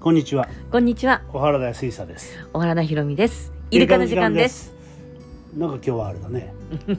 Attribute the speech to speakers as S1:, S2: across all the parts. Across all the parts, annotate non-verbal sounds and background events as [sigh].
S1: こんにちは
S2: こんにちは、
S1: 小原田水沙です
S2: 小原田博美です。イルカの時間です。
S1: なんか今日はあれだね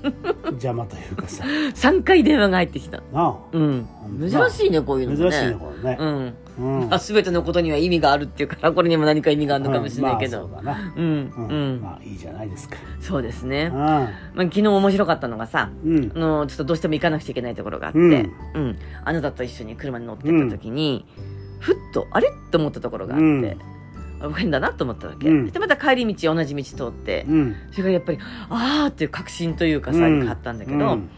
S1: [laughs] 邪魔というかさな
S2: 三回電話が入ってきた。
S1: あ
S2: うん。珍しいね、こういうのもね。
S1: 珍しいねこれね
S2: うん。
S1: うん、うん
S2: あ、すべてのことには意味があるっていうから、これにも何か意味があるのかもしれないけど。
S1: まあ、そうだな
S2: うん、う、
S1: うんん、まあいいじゃないですか
S2: そうですね。まあ、
S1: う
S2: 昨日面白かったのがさ、
S1: んう
S2: あ
S1: ん
S2: の、ちょっとどうしても行かなくちゃいけないところがあって、
S1: う
S2: うんん、あなたと一緒に車に乗ってた時に、ふっと、あれと思ったところがあって、
S1: うん
S2: あ変だなと思ったわけ。
S1: うん
S2: で、また帰り道、同じ道通って、
S1: うん
S2: それからやっぱり、あーっていう確信というかさ、
S1: うん
S2: 買ったんだけ
S1: う
S2: ど、
S1: ん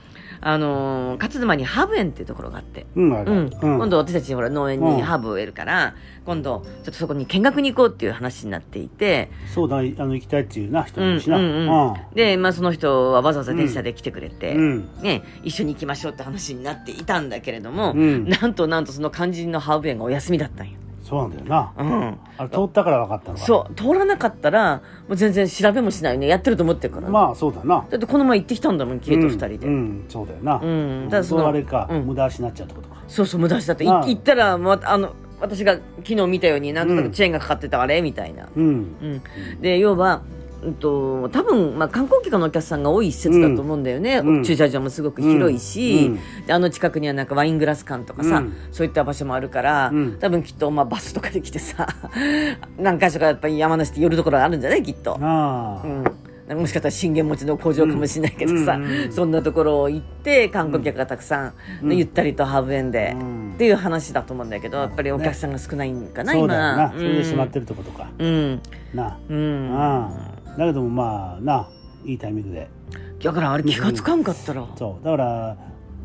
S2: あのー勝沼にハーブ園っていうところがあって、
S1: うんあれ
S2: う
S1: うんん
S2: 今度私たちほら農園
S1: うん
S2: にハーブを植えるから、今度ちょっとそこに見学に行こうっていう話になっていて
S1: そうだあの行きたいっていうな人
S2: う
S1: もい
S2: ん
S1: るし
S2: う
S1: な、うん
S2: んうんで、まあ、その人はわざわざ電車で来てくれて、
S1: うん
S2: ね、一緒に行きましょうって話になっていたんだけれども、
S1: うん
S2: なんとなんとその肝心のハーブ園がお休みだったんよ。
S1: そうなんだよな、
S2: うん
S1: あれ通ったから分かったのか
S2: そう通らなかったらもう全然調べもしないねやってると思ってるから、
S1: まあそうだな
S2: だってこの前行ってきたんだもんケイと二人で、
S1: うん、うんそうだよな、
S2: うん
S1: だ
S2: ただ
S1: そ
S2: そ
S1: の
S2: の
S1: あれか、
S2: うん
S1: 無駄足になっちゃうってことか
S2: そうそう無駄足だったい
S1: ああ
S2: 行ったら、ま、あの私が昨日見たようになんとな
S1: うん
S2: くチェーンがかかってたあれみたいな、
S1: うん
S2: うん、で要は、うん、と多分、まあ、観光客のお客さんが多い施設だと思うんだよね、
S1: うん
S2: 駐車場もすごく広いし、
S1: うん
S2: であの近くにはなんかワイングラス館とかさ、
S1: うん
S2: そういった場所もあるから、
S1: うん
S2: 多分きっと、まあ、バスとかで来てさ [laughs] 何か所かやっぱり山梨って寄るところがあるんじゃないきっと。
S1: ああ、
S2: うん、もしかしたら信玄餅の工場かもしれないけどさ、
S1: うんうん
S2: そんなところを行って観光客がたくさん、
S1: ん
S2: ゆったりとハーブ園で、
S1: うん
S2: っていう話だと思うんだけどやっぱりお客さんが少ないんかな、
S1: そうだよ
S2: 今
S1: な、それでしまってるってことか
S2: うん
S1: な
S2: う
S1: あ、う
S2: ん、
S1: ん、だけどもまあないいタイミングで
S2: だからあれ気がつかんかったら、
S1: そうだから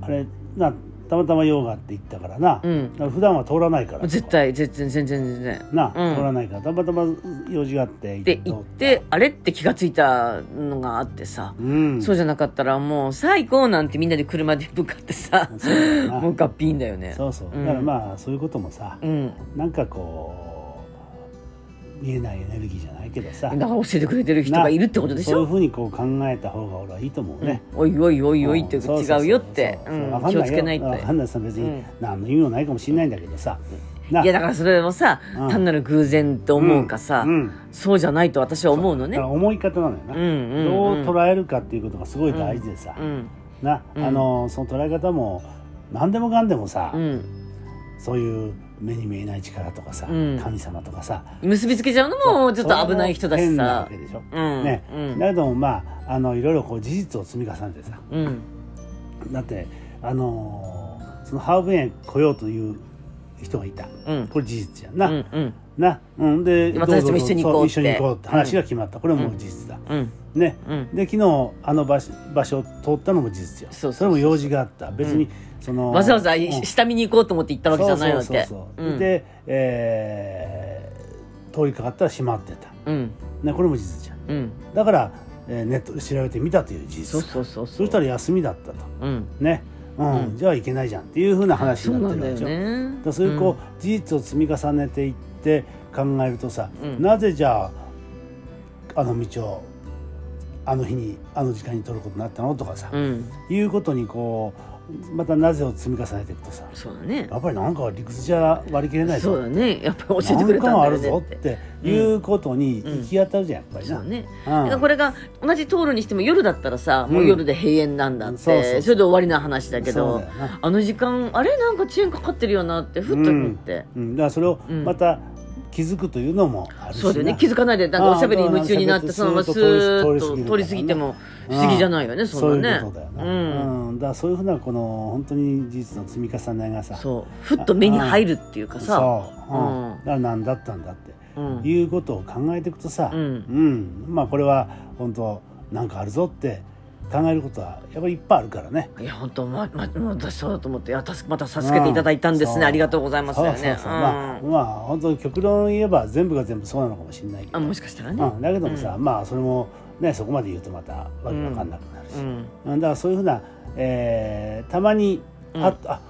S1: あれなたまたま用があって行ったからな、
S2: うん
S1: だから普段は通らないから
S2: 絶対全然全然全然
S1: な、
S2: うん
S1: 通らないからたまたま用事があって
S2: で行ってあれって気がついたのがあってさ、
S1: うん
S2: そうじゃなかったらもう最高なんてみんなで車で向かってさ
S1: そうだよな
S2: [laughs] もうガッピーんだよね
S1: そうそう、
S2: ん
S1: だからまあそういうこともさ、
S2: うん
S1: なんかこう見えないエネルギーじゃないけどさ
S2: だから教えてくれてる人がいるってことでし
S1: なそうい
S2: ょ
S1: うふうにこう考えた方が俺はいいと思うね、
S2: おいおいおいおい
S1: ん
S2: っていうか
S1: そそそ
S2: 違うよって
S1: そうそう
S2: うん
S1: わかん
S2: 気をつけないって
S1: よわかんないさ別
S2: う
S1: に
S2: ん
S1: 何の意味もないかもしれないんだけどさ、ない
S2: やだからそれもさ
S1: うん
S2: 単なる偶然と思うかさ、
S1: うんうん
S2: そうじゃないと私は思うの
S1: だ
S2: ね
S1: から思い方なのよな、
S2: うんうんうん
S1: どう捉えるかっていうことがすごい大事でさ、
S2: うん
S1: な、
S2: うん
S1: あのその捉え方も何でもかんでもさ、
S2: うん
S1: そういう目に見えない力とかさ、
S2: うん
S1: 神様とかさ
S2: 結びつけちゃうのもちょっと危ない人だ
S1: それ
S2: し
S1: も変なわ
S2: さ
S1: けでしょ、
S2: うん
S1: ね
S2: うん
S1: だけどもまああのいろいろこう事実を積み重ねてさ
S2: うん
S1: だってあのーそのハーブ園来ようという人がいた、
S2: うん
S1: これ事実じゃん
S2: う
S1: な、
S2: んうん
S1: な、うん、で
S2: で私たちも
S1: どぞどぞ
S2: 一緒に行こうって
S1: そ一緒に行こうって話が決まった、これも事実だ、
S2: うん
S1: ね、
S2: うん
S1: で昨日あの場所場所を通ったのも事実よ
S2: そうそう
S1: れ
S2: そう
S1: も用事があった別に、その
S2: わざわざ
S1: うん
S2: 下見に行こうと思って行ったわけじゃないわ
S1: そう
S2: け
S1: そうそう
S2: う
S1: そう、
S2: ん
S1: で、えー通りかかったら閉まってた、
S2: うん
S1: ね、これも事実じゃん
S2: うん
S1: だから、えーネットで調べてみたという事
S2: そう
S1: 実
S2: そうそう
S1: そうしたら休みだったと
S2: うん
S1: ね、うん
S2: うん
S1: じゃあいけないじゃんっていうふうな話
S2: そう
S1: にな
S2: な
S1: って
S2: ん
S1: る
S2: だ
S1: わけ
S2: よ
S1: でしょ
S2: ね
S1: だからそういうこう、事実を積み重ねていって考えるとさ、
S2: うん
S1: なぜじゃああの道をあの日にあの時間に取ることになったのとかさ、
S2: うんうん
S1: いうことにこうまたなぜを積み重ねていくとさ
S2: そうだね
S1: やっぱりなんか理屈じゃ割り切れないぞ
S2: そうだねやっぱり教えてくれたん
S1: なんか
S2: だよね
S1: はあ
S2: っ
S1: る
S2: て
S1: ぞっていうことに行き当たるじゃん、やっぱりな。
S2: そうね
S1: うん
S2: だからこれが同じ通るにしても夜だったらさ、もう夜で閉園なんだって
S1: そうそうそう
S2: れで終わりな話だけ
S1: そう
S2: ど
S1: だよな
S2: あの時間あれなんか遅延かかってるよなってふっと思って、
S1: うんうん、だからそれを
S2: うん
S1: また気づくというのもあるしな
S2: そうだよね気づかないでなんかおしゃべりに夢中になって
S1: あー
S2: そのままスーッと通り過ぎても不思議じゃないよね
S1: そ
S2: そう
S1: い
S2: ん
S1: う
S2: なね
S1: ことだよな、
S2: うん
S1: うんだからそういうふうなこの本当に事実の積み重ねがさ
S2: そうふっと目に入るっていうかさ
S1: そう、うん
S2: う
S1: だ
S2: ん
S1: から何だったんだって、
S2: うん
S1: いうことを考えていくとさ、
S2: うん
S1: うんまあこれは本当なんかあるぞって考えることはやっぱりいっぱいあるからね。
S2: いや本当ままま私そうだと思っていやたすまた助けていただいたんです
S1: う
S2: ね、
S1: ん
S2: ありがとうございますだよ
S1: そう
S2: ね
S1: そうそうまあ
S2: うん
S1: まあ本当に極論言えば全部が全部そうなのかもしれないけど
S2: あもしかしたらね
S1: うん、だけどもさ、まあそれもねそこまで言うとまたわけわかんなくなるし、
S2: うん
S1: うんだからそういうふうな、えーたまにあ,、
S2: うん
S1: あ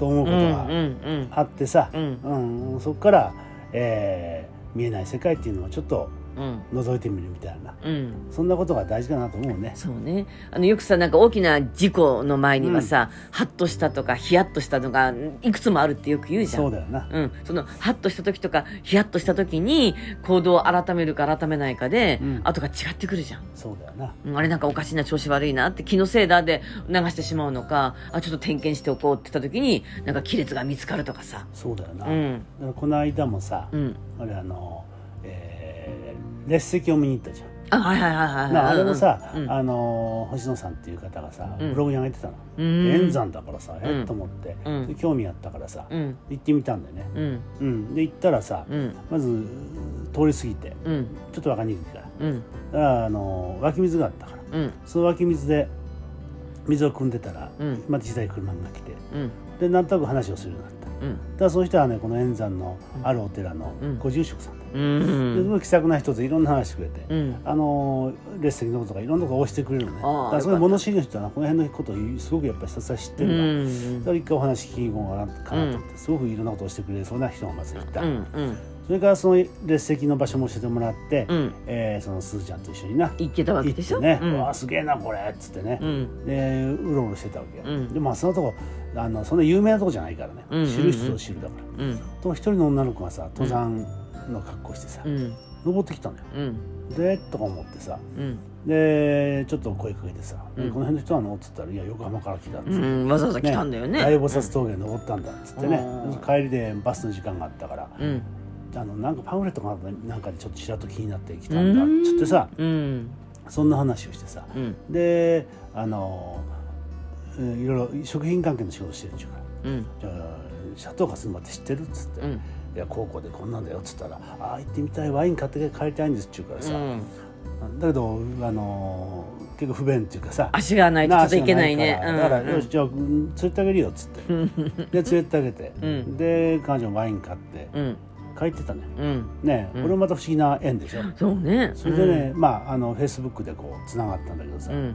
S1: と思う
S2: う
S1: こ
S2: んう
S1: と
S2: ん
S1: があってさ、
S2: うん
S1: うんそこから、えー見えない世界っていうのはちょっと
S2: うん
S1: 覗いてみるみたいな
S2: うん
S1: そんなことが大事かなと思うね
S2: そうねあのよくさなんか大きな事故の前にはさ、ハッとしたとかヒヤッとしたのがいくつもあるってよく言うじゃん
S1: そうだよな
S2: うん、そのハッとした時とかヒヤッとした時に行動を改めるか改めないかで、
S1: うん
S2: 後が違ってくるじゃん。
S1: そうだよな
S2: うんあれなんかおかしいな調子悪いなって気のせいだで流してしまうのかあちょっと点検しておこうって言った時になんか亀裂が見つかるとかさ
S1: そうだよな、だ
S2: う
S1: か
S2: ん
S1: らこの間もさ、
S2: うん
S1: 俺あの、えー列席を見に行ったじゃん、
S2: あはいはいはいはい
S1: なあれもさ、
S2: うん
S1: あの星野さんっていう方がさ、
S2: うん
S1: ブログに上げてたの、
S2: うん
S1: 円山だからさ、
S2: ん
S1: えっと思って、
S2: うん
S1: で興味あったからさ、
S2: うん
S1: 行ってみたんだよね、
S2: うん
S1: うん、で行ったらさ、
S2: うん
S1: まず通り過ぎて
S2: うん
S1: ちょっと分かりにくいから
S2: う
S1: だ
S2: ん
S1: からあの湧き水があったから
S2: うん
S1: その湧き水で水を汲んでたら、
S2: うん
S1: また小さい車が来て
S2: うん
S1: でなんとなく話をするようになっただ
S2: うん
S1: からその人はねこの円山のあるお寺の
S2: うん
S1: ご住職さんだ、
S2: うん
S1: ですごい気さくな人でいろんな話してくれて、
S2: うん
S1: あの列席のこととかいろんなことを押してくれるのねだ
S2: あー
S1: からそれ物知りの人はなこの辺のことをすごくやっぱりひたすら知って
S2: うん
S1: る
S2: う
S1: から、
S2: ん
S1: それ一回お話聞きに行こうかなかなと思って、すごくいろんなことをしてくれそうな人がまずいた、
S2: うん
S1: それからその列席の場所も教えてもらって、
S2: うん
S1: えーそのすずちゃんと一緒にな
S2: 行けたわ
S1: 行
S2: け
S1: っ
S2: でしょ
S1: てね「
S2: う
S1: うんわあすげえなこれ」っつってね、
S2: うん
S1: でうろうろしてたわけよ、
S2: うん
S1: でまあそのとこあのそんな有名なとこじゃないからね、
S2: うんうんうん
S1: 知る人ぞ知るだから
S2: うん
S1: と一人の女の子がさ登山の格好してさ、
S2: うん
S1: 登ってきたのよ
S2: うん
S1: でとか思ってさ
S2: うん
S1: でちょっと声かけてさ「
S2: うん
S1: えこの辺の人なの?」っつったら「いや横浜から来た」っつって。
S2: うん、わざわざ来たんだよね。
S1: 大菩薩峠登ったんだっつってね、
S2: うん
S1: 帰りでバスの時間があったから、
S2: うん、
S1: あのなんかパンフレットかなんかでちょっとちらっと気になってきたんだっつってさ
S2: うん、
S1: そんな話をしてさ
S2: うん、
S1: であのうんいろいろ食品関係の仕事してるっちゅうから
S2: うん、
S1: じゃあ「シャトーカス沼って知ってる?」っつって「
S2: うん、
S1: いや高校でこんなんだよ」っつったら「ああ行ってみたいワイン買って帰りたいんです」っちゅうからさ、
S2: うん
S1: だけどあの結構不便っていうかさ
S2: 足がないとちょっといけないね。
S1: 足
S2: う
S1: が
S2: ん
S1: なからだから、よしじゃあうん連れてあげるよっつってで連れてあげて、
S2: うん
S1: で彼女もワイン買って
S2: うん、
S1: 帰ってたね
S2: うん、うん、
S1: ねえ、
S2: うん
S1: これもまた不思議な縁でしょ
S2: そうね。
S1: それでね、まああのフェイスブックでこうつながったんだけどさ、
S2: うん、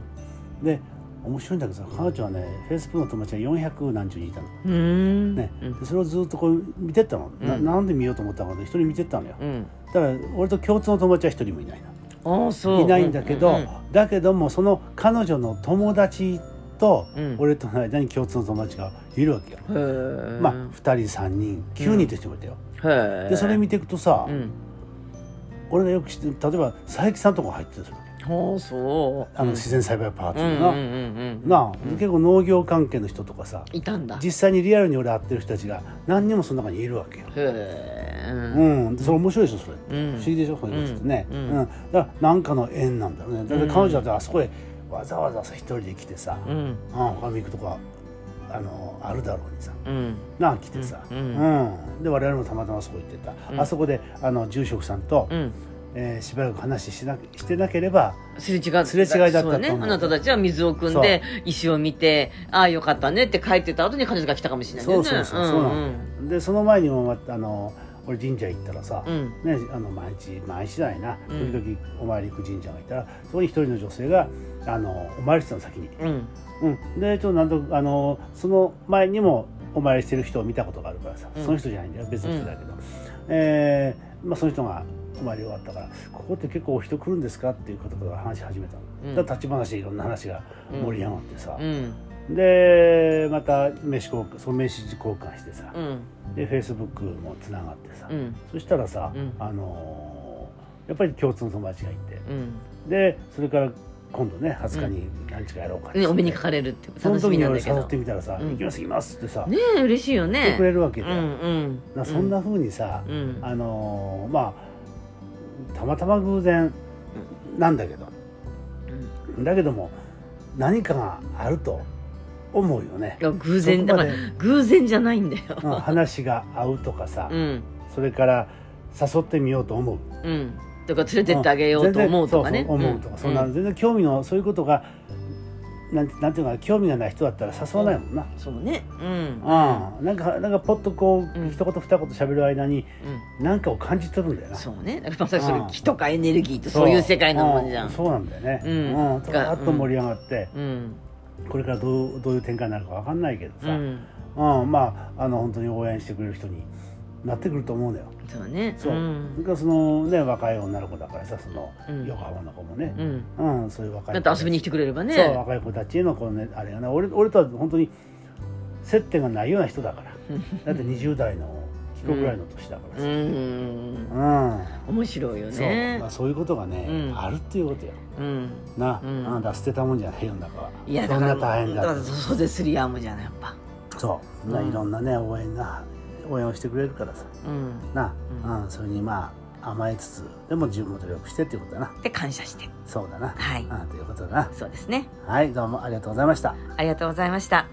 S1: で面白いんだけどさ彼女はねフェイスブックの友達が400何十人いたの、
S2: うん、うん、
S1: ね
S2: うん
S1: でそれをずっとこう見てったの、な
S2: うん
S1: なんで見ようと思ったのか一人見てったのよ、
S2: うん、
S1: ただから俺と共通の友達は一人もいないの
S2: ああ、そう。
S1: いないんだけど、
S2: うん
S1: だけどもその彼女の友達と
S2: うん
S1: 俺との間に共通の友達がいるわけよ、
S2: うんへえ。
S1: まあ2人3人9人って人もいたよ、
S2: へえ。
S1: でそれ見ていくとさ、
S2: うん、
S1: 俺がよく知ってる例えば佐伯さんとか入ってたりするわけ
S2: ああ、そう。
S1: あの自然栽培パーテ
S2: う
S1: ィ
S2: ん、
S1: ー
S2: う
S1: の
S2: ん、
S1: な、
S2: うん、うん、
S1: なあ、結構農業関係の人とかさ
S2: いたんだ。へ
S1: 実際にリアルに俺会ってる人たちが何人もその中にいるわけよ、
S2: え。
S1: う。んでそれ面白いでしょそれって、
S2: うん
S1: 不思議でしょそういうことってね、
S2: う
S1: うんん
S2: う
S1: だ
S2: ん
S1: から何かの縁なんだろうねだって彼女だってあそこへわざわざさ一人で来てさ、
S2: う
S1: うん
S2: ん、
S1: 他に行くとかあのあるだろうにさ
S2: うん、
S1: なあ来てさ、
S2: う
S1: うんんで我々もたまたまそこ行ってた、
S2: うん
S1: あそこであの住職さんと、
S2: うん。
S1: えーしばらく話しなしてなければ
S2: すれ違い
S1: すれ違いだったと思う
S2: そうね。あなたたちは水を汲んで、石を見て、ああ、よかったねって帰ってた後に彼女が来たかもしれないんだ
S1: そ
S2: よ
S1: う
S2: ね。
S1: そうそう、そうなんだよでその前にもまあの俺神社行ったらさ、
S2: うんうん。
S1: ね、あの毎日毎日じゃないな
S2: う
S1: 時
S2: ん
S1: 々お参り行く神社がいたら、そこに一人の女性があのお参りしてたの先に、
S2: うん。
S1: うん、でちょっとなんとあのその前にもお参りしてる人を見たことがあるからさ、
S2: うん
S1: その人じゃないんだよ別の人だけど、えーまあ、その人がお参り終わったから「ここって結構人来るんですか?」っていう方から話し始めたの、
S2: うん
S1: だから立ち話でいろんな話が盛り上がってさ
S2: う、ん。
S1: でまた名刺交換その名刺交換してさ、
S2: うん。
S1: でフェイスブックもつながってさ、
S2: うん。
S1: そしたらさ、
S2: うん
S1: あのーやっぱり共通の友達がいて
S2: うん。
S1: でそれから今度ね20日に何日かやろうかっつって
S2: ね、お目にかかれるって
S1: そ
S2: 楽
S1: の
S2: し
S1: 時
S2: み
S1: に
S2: なん
S1: 俺
S2: だけ
S1: 誘っ
S2: ど。
S1: てみたらさ「
S2: うん
S1: 行きます行きます」ってさ、
S2: ねえ、嬉しいよ
S1: 言ってくれ
S2: ね。
S1: るわけ
S2: う
S1: で、
S2: んうん。
S1: なそんなふうにさ、
S2: うん。
S1: あのーまあたまたま偶然なんだけど
S2: うん。
S1: だけども何かがあると思うよね
S2: い。や、偶然、
S1: そ
S2: だ
S1: こ
S2: か
S1: ま
S2: ら
S1: で、
S2: [laughs] 偶然じゃないんだよ。
S1: うん話が合うとかさ、
S2: うん。
S1: それから誘ってみようと思う
S2: うん。とか、連れてってあげようと思うとかね。
S1: ん全然そうそう思うとか、そんな
S2: うん
S1: 全然興味のそういうことがなんてなんていうのかな興味がない人だったら誘わないもんな、
S2: そうね。うん。
S1: うんなんかなんかポッとこう、
S2: うん
S1: 一言二言喋る間に
S2: うん。
S1: 何かを感じ取るんだよな
S2: そうね。だからまさにそ
S1: うん
S2: の気とかエネルギーとそういう世界のもんじゃ。
S1: うんそうなんだよね
S2: う
S1: うんん、とかあっと盛り上がって、
S2: うん。
S1: これからどうどういう展開になるかわかんないけどさ、
S2: うん。
S1: うんまああの本当に応援してくれる人になってくると思うのよ。
S2: そうだね
S1: そう、それ
S2: ん
S1: からそのね若い女の子だからさその
S2: うん
S1: 横浜の子もね、
S2: うん
S1: うんそういう若い
S2: だ
S1: 子
S2: って遊びに来てくれればね
S1: そう若い子たちへのこの、ね、あれがね俺俺とは本当に接点がないような人だからだって20代の人ぐらいの年だから
S2: う
S1: さ、
S2: ん
S1: うん
S2: 面白いよ
S1: そう
S2: ね
S1: まあ、そういうことがね、
S2: うん
S1: あるっていうことよ
S2: うん
S1: な、
S2: うん
S1: あんた捨てたもんじゃない世の中はいど
S2: やだ
S1: ん
S2: か
S1: な
S2: ら
S1: 大変だ
S2: だ
S1: って
S2: からそうですりやむじゃないやっぱ
S1: そう、な
S2: うん
S1: いろんなね応援が応援をしてくれるからさ
S2: うん
S1: な、う
S2: うん
S1: それにまあ甘えつつでも自分も努力してっていうことだな
S2: で感謝して
S1: そうだな、
S2: はい
S1: うんということだな
S2: そうですね
S1: はいどうもありがとうございました
S2: ありがとうございました